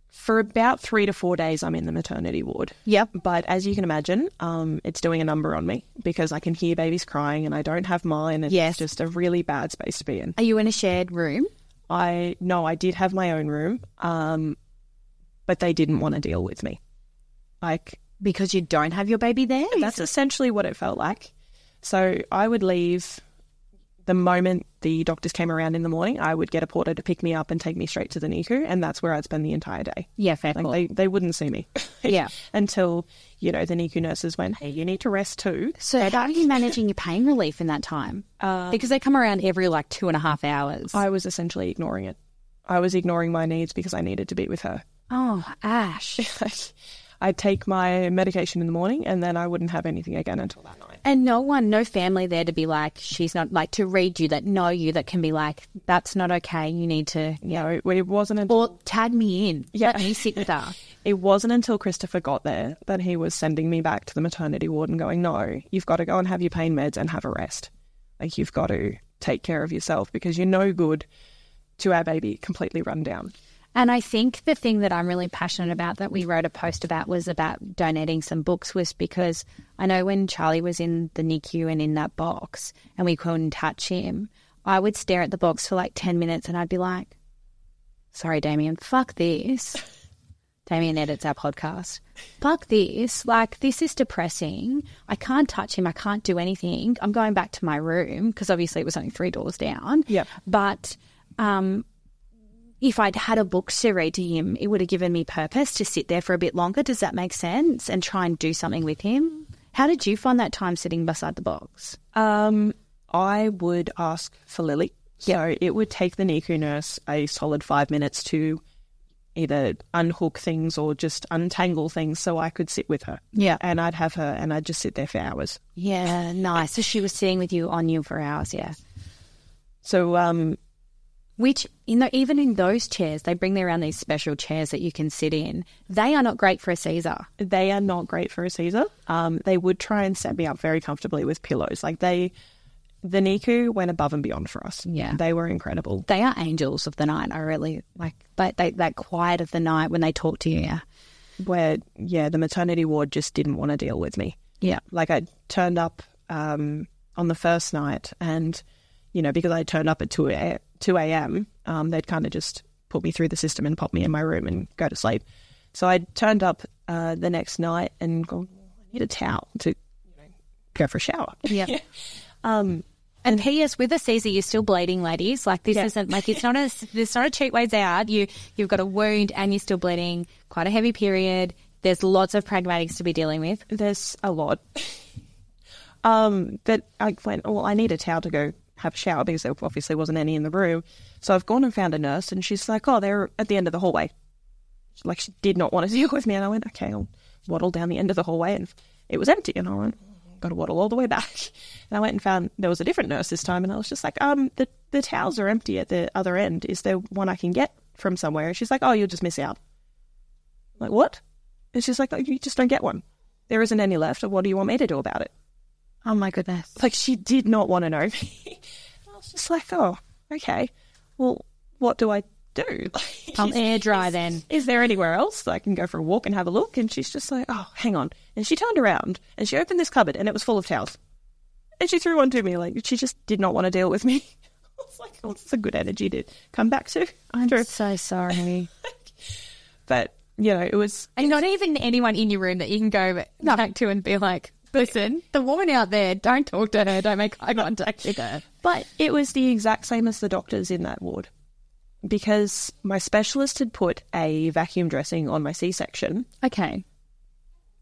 Speaker 2: for about three to four days. I'm in the maternity ward.
Speaker 1: Yep.
Speaker 2: But as you can imagine, um, it's doing a number on me because I can hear babies crying and I don't have mine. And
Speaker 1: Yes.
Speaker 2: it's just a really bad space to be in.
Speaker 1: Are you in a shared room?
Speaker 2: I no, I did have my own room, um, but they didn't want to deal with me. Like
Speaker 1: Because you don't have your baby there?
Speaker 2: that's essentially what it felt like. So I would leave the moment the doctors came around in the morning. I would get a porter to pick me up and take me straight to the NICU, and that's where I'd spend the entire day.
Speaker 1: yeah, fair
Speaker 2: Like
Speaker 1: call.
Speaker 2: they, they wouldn't see me.
Speaker 1: Yeah.
Speaker 2: Until you know the NICU nurses went, hey, you need to rest too.
Speaker 1: So how are you managing your pain relief in that time? because they come around every like two and a half hours.
Speaker 2: Uh, I was essentially ignoring it. I was ignoring my needs because I needed to be with her.
Speaker 1: oh, Ash.
Speaker 2: like I'd take my medication in the morning and then I wouldn't have anything again until that night.
Speaker 1: And no one, no family there to be like, she's not like to read you that know you that can be like, that's not okay. You need to,
Speaker 2: You know, it, it wasn't until,
Speaker 1: or tag me in.
Speaker 2: Yeah.
Speaker 1: Let me sit there.
Speaker 2: it wasn't until Christopher got there that he was sending me back to the maternity ward and going, "No, you've got to go and have your pain meds and have a rest. Like you've got to take care of yourself because you're no good to our baby completely run down."
Speaker 1: And I think the thing that I'm really passionate about that we wrote a post about was about donating some books was because I know when Charlie was in the NICU and in that box and we couldn't touch him, I would stare at the box for like 10 minutes and I'd be like, sorry, Damien, fuck this. Damien edits our podcast. Fuck this. Like, this is depressing. I can't touch him. I can't do anything. I'm going back to my room because obviously it was only three doors down.
Speaker 2: Yep.
Speaker 1: But um, if I'd had a book to read to him, it would have given me purpose to sit there for a bit longer. Does that make sense? And try and do something with him. How did you find that time sitting beside the box?
Speaker 2: Um, I would ask for Lily. So it would take the NICU nurse a solid five minutes to either unhook things or just untangle things so I could sit with her.
Speaker 1: Yeah.
Speaker 2: And I'd have her and I'd just sit there for hours.
Speaker 1: Yeah, nice. So she was sitting with you on you for hours. Yeah.
Speaker 2: So um,
Speaker 1: Which, in the, even in those chairs, they bring around these special chairs that you can sit in. They are not great for a Caesar.
Speaker 2: they are not great for a Caesar. Um, they would try and set me up very comfortably with pillows. Like they, the NICU went above and beyond for us.
Speaker 1: Yeah.
Speaker 2: They were incredible.
Speaker 1: They are angels of the night. I really like that, they, that quiet of the night when they talk to you. Yeah.
Speaker 2: Where, yeah, the maternity ward just didn't want to deal with me.
Speaker 1: Yeah.
Speaker 2: like I turned up um, on the first night, and you know because I turned up at two a, two a.m., um, they'd kind of just put me through the system and pop me in my room and go to sleep. So I turned up uh, the next night and go, I need a towel to you know, go for a shower.
Speaker 1: Yeah.
Speaker 2: Um,
Speaker 1: And P.S. with a Caesar, you're still bleeding, ladies. Like this isn't like it's not a it's not a cheap ways out. You you've got a wound and you're still bleeding. Quite a heavy period. There's lots of pragmatics to be dealing with.
Speaker 2: there's a lot. um, but I went, well, I need a towel to go have a shower because there obviously wasn't any in the room. So I've gone and found a nurse, and she's like, oh, they're at the end of the hallway. Like, she did not want to deal with me. And I went, okay, I'll waddle down the end of the hallway. And it was empty. And I went, got to waddle all the way back. And I went and found there was a different nurse this time. And I was just like, um, the, the towels are empty at the other end. Is there one I can get from somewhere? And she's like, oh, you'll just miss out. I'm like, what? And she's like, "Oh, you just don't get one. There isn't any left. What do you want me to do about it?
Speaker 1: Oh my goodness.
Speaker 2: Like, she did not want to know. I was just like, oh, okay. Well, what do I do? Like,
Speaker 1: I'll air dry then.
Speaker 2: is there anywhere else that I can go for a walk and have a look? And she's just like, oh, hang on. And she turned around and she opened this cupboard and it was full of towels. And she threw one to me. Like, she just did not want to deal with me. I was like, oh, that's a good energy to come back to.
Speaker 1: I'm so sorry.
Speaker 2: But, you know, it was
Speaker 1: And not even anyone in your room that you can go back to and be like, listen, the woman out there, don't talk to her, don't make eye contact with her.
Speaker 2: But it was the exact same as the doctors in that ward because my specialist had put a vacuum dressing on my C section.
Speaker 1: Okay.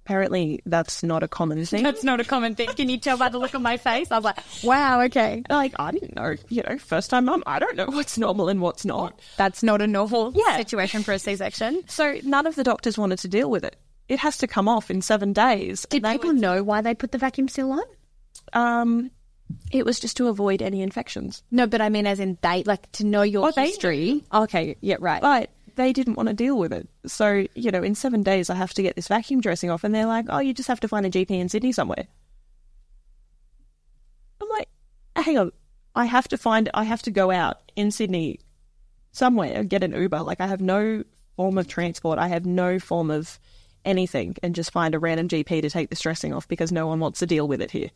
Speaker 2: Apparently, that's not a common thing.
Speaker 1: That's not a common thing. Can you tell by the look on my face? I'm like, wow, okay.
Speaker 2: like, I didn't know, you know, first time mum, I don't know what's normal and what's not.
Speaker 1: That's not a normal
Speaker 2: Yeah.
Speaker 1: situation for a C section.
Speaker 2: So none of the doctors wanted to deal with it. it has to come off in seven days.
Speaker 3: Did
Speaker 2: They
Speaker 3: people
Speaker 2: would-
Speaker 3: know why they put the vacuum seal on?
Speaker 2: Um, it was just to avoid any infections.
Speaker 1: No, but I mean, as in they like to know your
Speaker 2: Oh, they-
Speaker 1: history. Okay, yeah, right.
Speaker 2: But they didn't want to deal with it. So, you know, in seven days, I have to get this vacuum dressing off. And they're like, oh, you just have to find a GP in Sydney somewhere. I'm like, hang on. I have to find, I have to go out in Sydney somewhere and get an Uber. Like, I have no form of transport. I have no form of anything and just find a random GP to take this dressing off because no one wants to deal with it here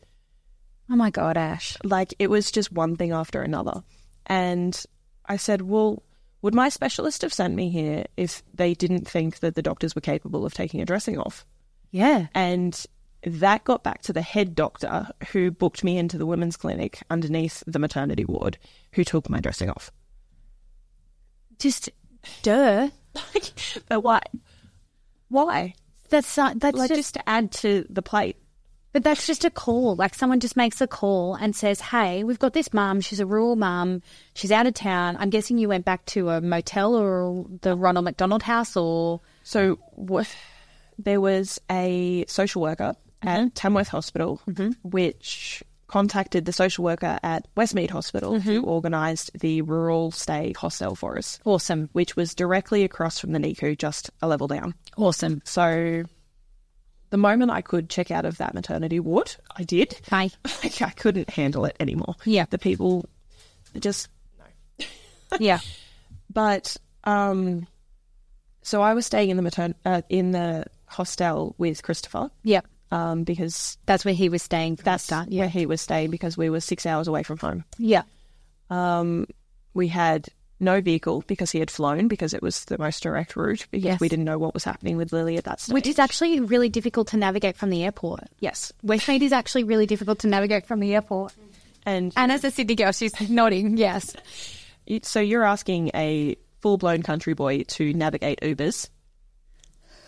Speaker 1: oh my god, Ash.
Speaker 2: like it was just one thing after another. And I said, Well, would my specialist have sent me here if they didn't think that the doctors were capable of taking a dressing off?
Speaker 1: Yeah.
Speaker 2: And that got back to the head doctor who booked me into the women's clinic underneath the maternity ward, who took my dressing off.
Speaker 1: Just, duh.
Speaker 2: but why? Why?
Speaker 1: That's not, that's
Speaker 2: Like,
Speaker 1: just,
Speaker 2: just to add to the plate.
Speaker 3: But that's just a call. Like someone just makes a call and says, "Hey, we've got this mum. She's a rural mum. She's out of town. I'm guessing you went back to a motel or the Ronald McDonald House, or
Speaker 2: So what, there was a social worker at Tamworth Hospital, which contacted the social worker at Westmead Hospital, who organised the rural stay hostel for us,
Speaker 1: awesome.
Speaker 2: which was directly across from the NICU, just a level down.
Speaker 1: Awesome.
Speaker 2: So the moment I could check out of that maternity ward, I did.
Speaker 1: Hi.
Speaker 2: Like, I couldn't handle it anymore.
Speaker 1: Yeah.
Speaker 2: The people just
Speaker 1: Yeah.
Speaker 2: but um, so I was staying in the matern- uh, in the hostel with Christopher
Speaker 1: yeah.
Speaker 2: um, because
Speaker 1: That's where he was staying. That's
Speaker 2: that's
Speaker 1: start. Yeah.
Speaker 2: where he was staying because we were six hours away from home.
Speaker 1: Yeah.
Speaker 2: We had no vehicle because he had flown because it was the most direct route because
Speaker 1: Yes.
Speaker 2: we didn't know what was happening with Lily at that stage.
Speaker 3: which is actually really difficult to navigate from the airport.
Speaker 2: yes,
Speaker 3: Westmead is actually really difficult to navigate from the airport.
Speaker 2: and
Speaker 1: And as a Sydney girl, she's nodding. Yes.
Speaker 2: you- so you're asking a full blown country boy to navigate Ubers.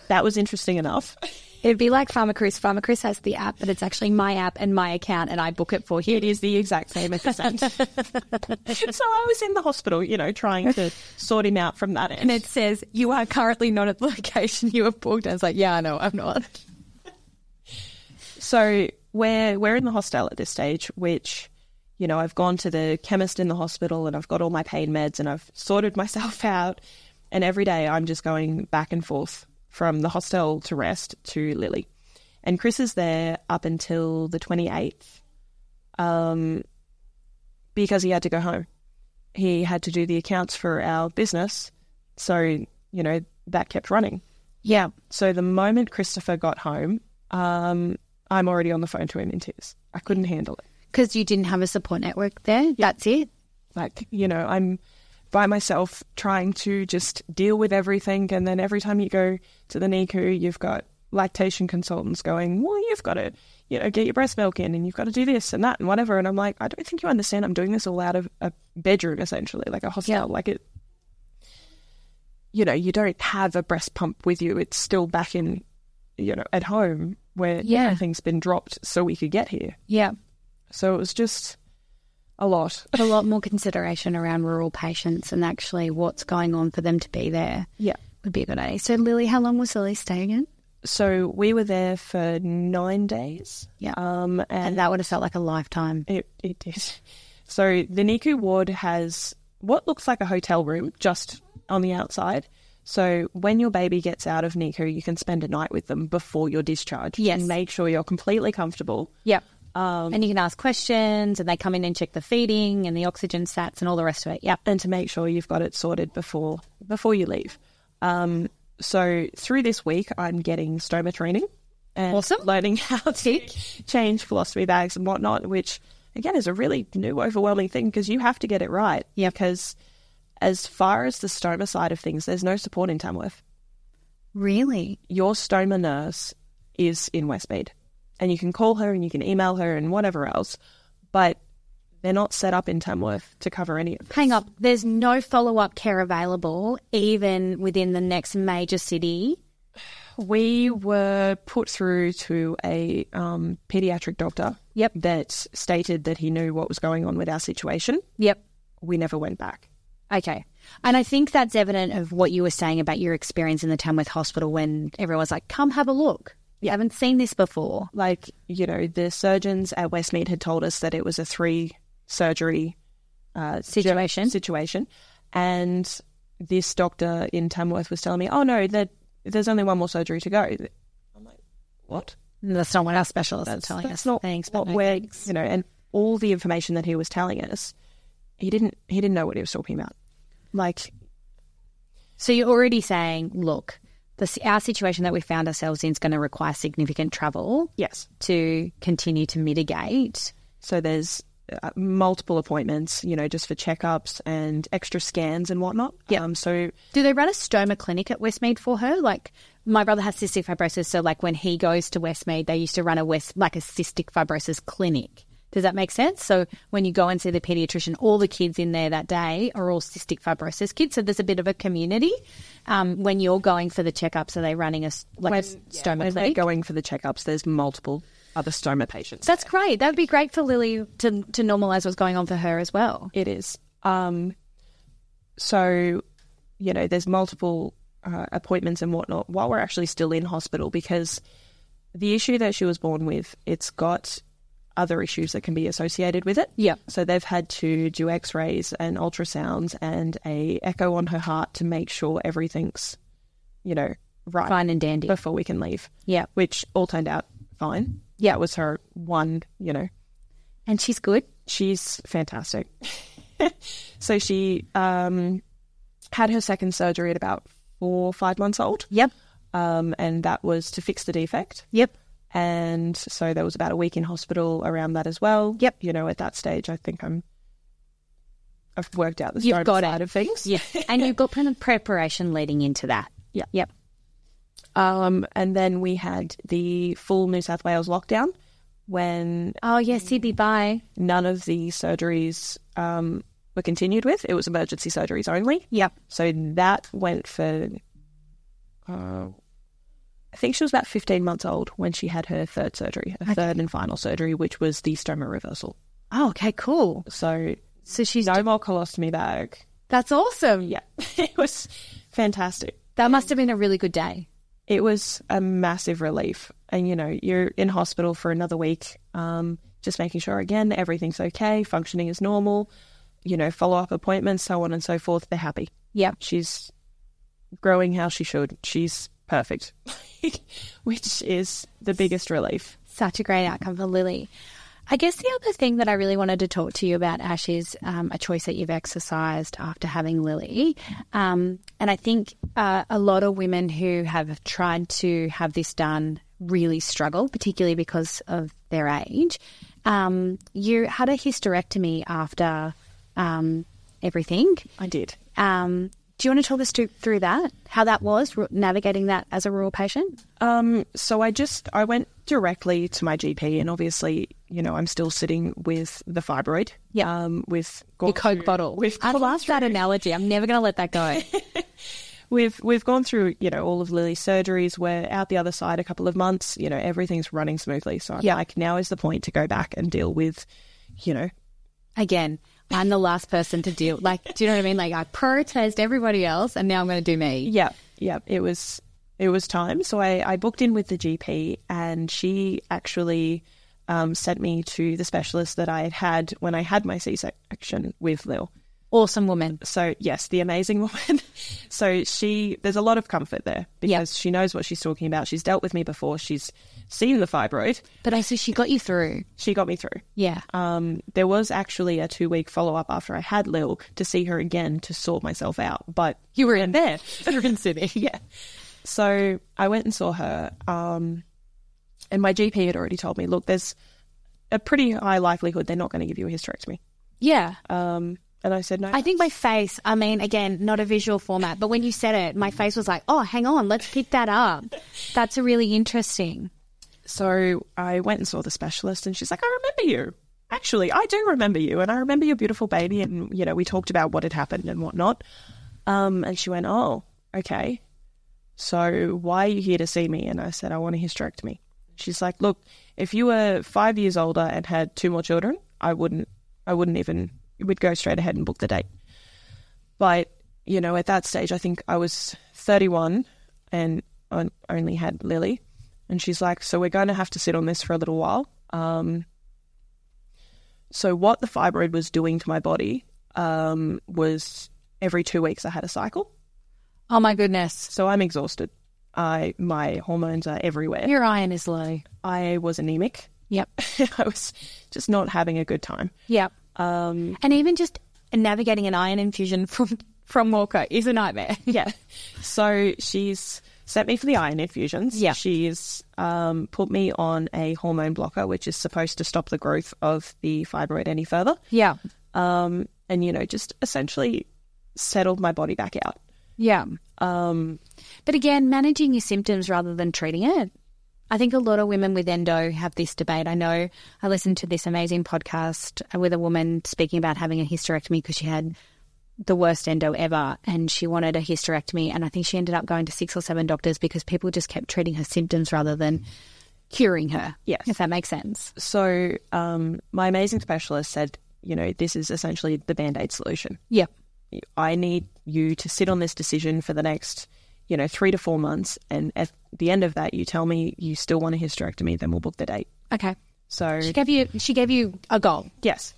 Speaker 2: That was interesting enough.
Speaker 1: It'd be like Farmer Chris. Farmer Chris has the app, but it's actually my app and my account, and I book it for him.
Speaker 2: It is the exact same as the same. so I was in the hospital, you know, trying to sort him out from that
Speaker 1: And
Speaker 2: end.
Speaker 1: it says, You are currently not at the location you have booked. And it's like, Yeah, I know, I'm not.
Speaker 2: So we're we're in the hostel at this stage, which, you know, I've gone to the chemist in the hospital and I've got all my pain meds and I've sorted myself out. And every day I'm just going back and forth from the hostel to rest to Lily. And Chris is there up until the twenty eighth. Um because he had to go home. He had to do the accounts for our business. So, you know, that kept running.
Speaker 1: Yeah.
Speaker 2: So the moment Christopher got home, um, I'm already on the phone to him in tears. I couldn't handle it.
Speaker 3: Because you didn't have a support network there. That's it.
Speaker 2: Like, you know, I'm by myself trying to just deal with everything. And then every time you go to the NICU, you've got lactation consultants going, well, you've got to, you know, get your breast milk in and you've got to do this and that and whatever. And I'm like, I don't think you understand. I'm doing this all out of a bedroom, essentially, like a hostel.
Speaker 3: Yeah.
Speaker 2: Like it, you know, you don't have a breast pump with you. It's still back in, you know, at home where
Speaker 1: Yeah.
Speaker 2: everything's been dropped so we could get here.
Speaker 1: Yeah.
Speaker 2: So it was just a lot.
Speaker 3: A lot more consideration around rural patients and actually what's going on for them to be there
Speaker 2: Yeah.
Speaker 3: would be a good idea. So, Lily, how long was Lily staying in?
Speaker 2: So we were there for nine days.
Speaker 3: Yeah.
Speaker 2: Um, and,
Speaker 3: Uh, And that would have felt like a lifetime.
Speaker 2: it, it did. So the Niku ward has what looks like a hotel room just on the outside. So when your baby gets out of Niku, you can spend a night with them before your discharge.
Speaker 3: Yes.
Speaker 2: And make sure you're completely comfortable.
Speaker 1: Yeah.
Speaker 3: and you can ask questions, and they come in and check the feeding and the oxygen stats and all the rest of it. Yep.
Speaker 2: and to make sure you've got it sorted before before you leave. Um, so through this week, I'm getting stoma training and
Speaker 1: Awesome.
Speaker 2: learning how to change philosophy bags and whatnot, which again is a really new, overwhelming thing because you have to get it right.
Speaker 3: Yep.
Speaker 2: Because as far as the stoma side of things, there's no support in Tamworth.
Speaker 3: Really?
Speaker 2: Your stoma nurse is in Westmead, and you can call her and you can email her and whatever else, but they're not set up in Tamworth to cover any of it.
Speaker 3: Hang up. There's no follow up care available, even within the next major city.
Speaker 2: We were put through to a um, pediatric doctor.
Speaker 3: Yep.
Speaker 2: That stated that he knew what was going on with our situation.
Speaker 3: Yep.
Speaker 2: We never went back.
Speaker 1: Okay. And I think that's evident of what you were saying about your experience in the Tamworth Hospital when everyone's like, come have a look. You haven't seen this before.
Speaker 2: Like, you know, the surgeons at Westmead had told us that it was a three surgery uh,
Speaker 1: Situation.
Speaker 2: ju- situation. And this doctor in Tamworth was telling me, oh, no, that there's only one more surgery to go. I'm like, what?
Speaker 1: That's not what our specialists are telling us.
Speaker 2: not
Speaker 1: Thanks, but
Speaker 2: what
Speaker 1: no
Speaker 2: we're,
Speaker 1: thanks.
Speaker 2: you know, and all the information that he was telling us, he didn't, he didn't know what he was talking about. Like,
Speaker 1: So you're already saying, look, this, our situation that we found ourselves in is going to require significant travel
Speaker 2: yes,
Speaker 1: to continue to mitigate.
Speaker 2: So there's uh, multiple appointments, you know, just for checkups and extra scans and whatnot. Yeah. Um, so
Speaker 1: Do they run a stoma clinic at Westmead for her? Like my brother has cystic fibrosis, so like when he goes to Westmead, they used to run a West like a cystic fibrosis clinic. Does that make sense? So when you go and see the pediatrician, all the kids in there that day are all cystic fibrosis kids. So there's a bit of a community um, when you're going for the checkups. Are they running a s- like a stoma
Speaker 2: when they're
Speaker 1: clinic?
Speaker 2: going for the checkups, there's multiple other stoma patients.
Speaker 1: That's great. That would be great for Lily to to normalize what's going on for her as well.
Speaker 2: it is. Um, so, you know, there's multiple uh, appointments and whatnot while we're actually still in hospital because the issue that she was born with, it's got other issues that can be associated with it.
Speaker 1: Yep.
Speaker 2: So they've had to do X-rays and ultrasounds and a echo on her heart to make sure everything's, you know, right
Speaker 1: Fine and dandy.
Speaker 2: before we can leave.
Speaker 1: Yeah.
Speaker 2: Which all turned out fine.
Speaker 1: Yeah.
Speaker 2: That was her one, you know,
Speaker 1: And she's good.
Speaker 2: she's fantastic. so she um, had her second surgery at about four or five months old.
Speaker 1: Yep.
Speaker 2: Um, and that was to fix the defect.
Speaker 1: Yep.
Speaker 2: And so there was about a week in hospital around that as well.
Speaker 1: Yep.
Speaker 2: You know, at that stage, I think I'm, I've worked out the
Speaker 1: You've
Speaker 2: stone
Speaker 1: got
Speaker 2: side
Speaker 1: it.
Speaker 2: of things.
Speaker 1: Yeah. and you've got pre- preparation leading into that.
Speaker 2: Yeah.
Speaker 1: Yep.
Speaker 2: Um, and then we had the full New South Wales lockdown when
Speaker 1: Oh yeah, Sydney. Bye.
Speaker 2: none of the surgeries um, were continued with. It was emergency surgeries only.
Speaker 1: Yep.
Speaker 2: So that went for, uh, I think she was about 15 months old when she had her third surgery, her third and final surgery, which was the stoma reversal.
Speaker 1: Oh, okay, cool.
Speaker 2: So
Speaker 1: So she's
Speaker 2: no more colostomy bag.
Speaker 1: that's awesome.
Speaker 2: Yeah, it was fantastic.
Speaker 1: That must have been a really good day.
Speaker 2: It was a massive relief. And, you know, you're in hospital for another week, um, just making sure, again, everything's okay, functioning is normal, you know, follow up appointments, so on and so forth. They're happy.
Speaker 1: Yep.
Speaker 2: she's growing how she should. She's perfect, which is the biggest relief.
Speaker 1: Such a great outcome for Lily. I guess the other thing that I really wanted to talk to you about, Ash, is um, a choice that you've exercised after having Lily. Um, and I think uh, a lot of women who have tried to have this done really struggle, particularly because of their age. Um, you had a hysterectomy after um, everything.
Speaker 2: I did.
Speaker 1: Um, do you want to talk us to, through that? How that was ru- navigating that as a rural patient?
Speaker 2: Um, so I just I went directly to my GP, and obviously, you know, I'm still sitting with the fibroid.
Speaker 1: Yeah.
Speaker 2: Um, with
Speaker 4: Your Coke bottle.
Speaker 2: We've
Speaker 1: I love that analogy. I'm never going to let that go.
Speaker 2: we've we've gone through you know all of Lily's surgeries. We're out the other side a couple of months. You know, everything's running smoothly. So I'm
Speaker 1: Yeah.
Speaker 2: like, now is the point to go back and deal with, you know,
Speaker 1: Again, I'm the last person to deal. Like, do you know what I mean? Like, I prioritized everybody else, and now I'm going to do me.
Speaker 2: Yeah, yeah. It was it was time. So I, I booked in with the GP, and she actually um, sent me to the specialist that I had had when I had my C section with Lil.
Speaker 1: Awesome woman.
Speaker 2: So yes, the amazing woman. so she there's a lot of comfort there because she knows what she's talking about. She's dealt with me before. She's seen the fibroid.
Speaker 1: But also, she got you through.
Speaker 2: She got me through.
Speaker 1: Yeah.
Speaker 2: Um, there was actually a two week follow up after I had Lil to see her again to sort myself out, but
Speaker 1: You were in there. You were in Sydney.
Speaker 2: yeah. So I went and saw her, um, and my GP had already told me, look, there's a pretty high likelihood they're not going to give you a hysterectomy.
Speaker 1: Yeah.
Speaker 2: Um, and I said, no.
Speaker 1: I think my face, I mean, again, not a visual format, but when you said it, my face was like, oh, hang on, let's pick that up. That's a really interesting.
Speaker 2: so I went and saw the specialist, and she's like, I remember you. Actually, I do remember you, and I remember your beautiful baby, and you know we talked about what had happened and whatnot. Um, and she went, oh, okay. So why are you here to see me? And I said, I want a hysterectomy. She's like, look, if you were five years older and had two more children, I wouldn't, I wouldn't even, we'd go straight ahead and book the date. But, you know, at that stage, I think I was 31 and on- only had Lily. And she's like, so we're going to have to sit on this for a little while. Um, so what the fibroid was doing to my body um, was every two weeks I had a cycle.
Speaker 5: Oh my goodness.
Speaker 2: So I'm exhausted. I my hormones are everywhere.
Speaker 1: Your iron is low.
Speaker 2: I was anemic.
Speaker 1: Yep.
Speaker 2: I was just not having a good time.
Speaker 1: Yep.
Speaker 2: Um,
Speaker 5: And even just navigating an iron infusion from from Walker is a nightmare.
Speaker 2: yeah. So she's sent me for the iron infusions.
Speaker 5: Yeah.
Speaker 2: She's um, put me on a hormone blocker, which is supposed to stop the growth of the fibroid any further.
Speaker 5: yeah.
Speaker 2: Um, and you know, just essentially settled my body back out.
Speaker 1: Yeah.
Speaker 2: Um,
Speaker 1: But again, managing your symptoms rather than treating it. I think a lot of women with endo have this debate. I know I listened to this amazing podcast with a woman speaking about having a hysterectomy because she had the worst endo ever and she wanted a hysterectomy. And I think she ended up going to six or seven doctors because people just kept treating her symptoms rather than curing her.
Speaker 2: Yes.
Speaker 1: If that makes sense.
Speaker 2: so um, my amazing specialist said, you know, this is essentially the band aid solution.
Speaker 1: Yep.
Speaker 2: I need you to sit on this decision for the next, you know, three to four months. And at the end of that, you tell me you still want a hysterectomy, then we'll book the date.
Speaker 1: Okay.
Speaker 2: So,
Speaker 1: She gave you she gave you a goal.
Speaker 2: yes.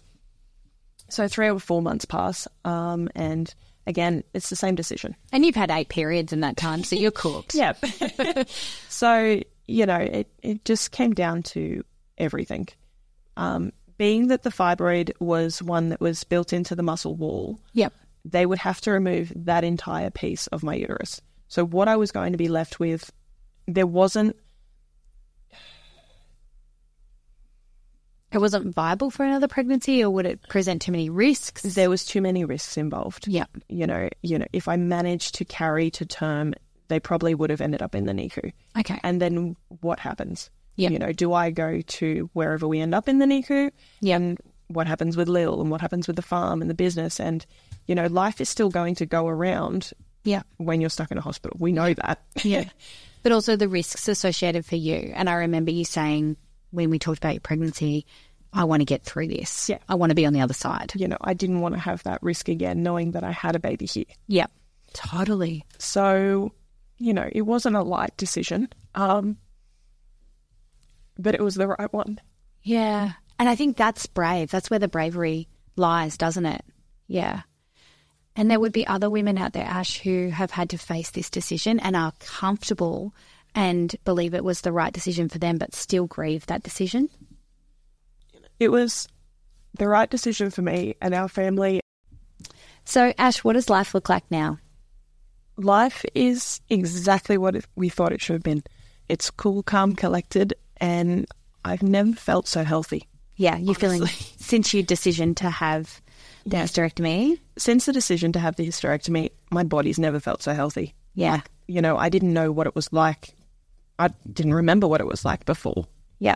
Speaker 2: So, three or four months pass. Um, and again, it's the same decision.
Speaker 1: And you've had eight periods in that time, so you're cooked.
Speaker 2: Yep. so, you know, it, it just came down to everything. Um, being that the fibroid was one that was built into the muscle wall,
Speaker 1: Yep.
Speaker 2: they would have to remove that entire piece of my uterus. So what I was going to be left with, there wasn't.
Speaker 1: It wasn't viable for another pregnancy or would it present too many risks?
Speaker 2: There was too many risks involved.
Speaker 1: Yeah.
Speaker 2: You know, you know, if I managed to carry to term, they probably would have ended up in the NICU.
Speaker 1: Okay.
Speaker 2: And then what happens?
Speaker 1: Yeah.
Speaker 2: You know, do I go to wherever we end up in the NICU?
Speaker 1: Yeah.
Speaker 2: And what happens with Lil and what happens with the farm and the business? And, you know, life is still going to go around
Speaker 1: yeah.
Speaker 2: when you're stuck in a hospital. We know that.
Speaker 1: Yeah. but also the risks associated for you. And I remember you saying when we talked about your pregnancy, I want to get through this.
Speaker 2: Yeah.
Speaker 1: I want to be on the other side.
Speaker 2: you know, I didn't want to have that risk again, knowing that I had a baby here.
Speaker 1: Yeah. Totally.
Speaker 2: So, you know, it wasn't a light decision, um, but it was the right one.
Speaker 1: Yeah. And I think that's brave. That's where the bravery lies, doesn't it? Yeah. And there would be other women out there, Ash, who have had to face this decision and are comfortable and believe it was the right decision for them, but still grieve that decision.
Speaker 2: It was the right decision for me and our family.
Speaker 1: So, Ash, what does life look like now?
Speaker 2: Life is exactly what it, we thought it should have been. It's cool, calm, collected, and I've never felt so healthy.
Speaker 1: Yeah, you're feeling since your decision to have the hysterectomy.
Speaker 2: Since the decision to have the hysterectomy, my body's never felt so healthy.
Speaker 1: Yeah.
Speaker 2: You know, I didn't know what it was like. I didn't remember what it was like before.
Speaker 1: yeah.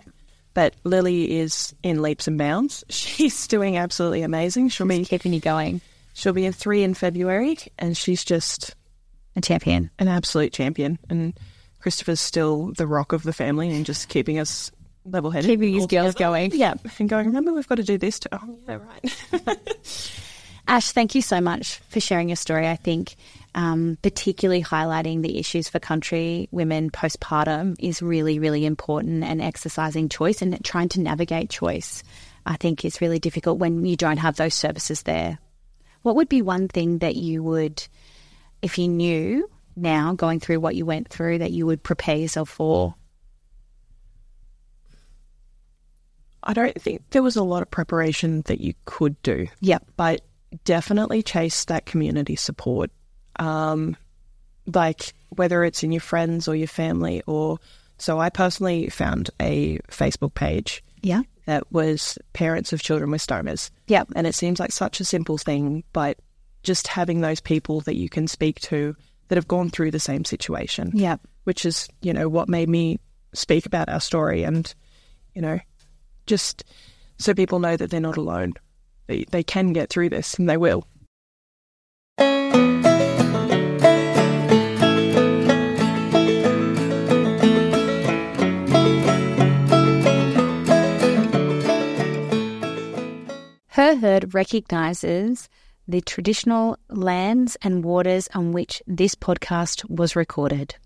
Speaker 2: But Lily is in leaps and bounds. She's doing absolutely amazing. She'll be
Speaker 1: Keeping you going.
Speaker 2: she'll be in three in February, and she's just
Speaker 1: A champion.
Speaker 2: an absolute champion. And Christopher's still the rock of the family and just keeping us level headed.
Speaker 5: Keeping these girls going.
Speaker 2: yeah, and going. Remember, we've got to do this. To, oh, yeah, right.
Speaker 1: Ash, thank you so much for sharing your story. I think um, particularly highlighting the issues for country women postpartum is really, really important and exercising choice and trying to navigate choice, I think, is really difficult when you don't have those services there. What would be one thing that you would, if you knew now going through what you went through, that you would prepare yourself for?
Speaker 2: I don't think there was a lot of preparation that you could do.
Speaker 1: Yep.
Speaker 2: but definitely chase that community support. Um, like whether it's in your friends or your family, or so I personally found a Facebook page
Speaker 1: Yeah.
Speaker 2: that was parents of children with stomas.
Speaker 1: Yep.
Speaker 2: And it seems like such a simple thing, but just having those people that you can speak to that have gone through the same situation.
Speaker 1: Yep.
Speaker 2: Which is, you know, what made me speak about our story and, you know, just so people know that they're not alone. They, they can get through this and they will.
Speaker 1: Her herd recognizes the traditional lands and waters on which this podcast was recorded.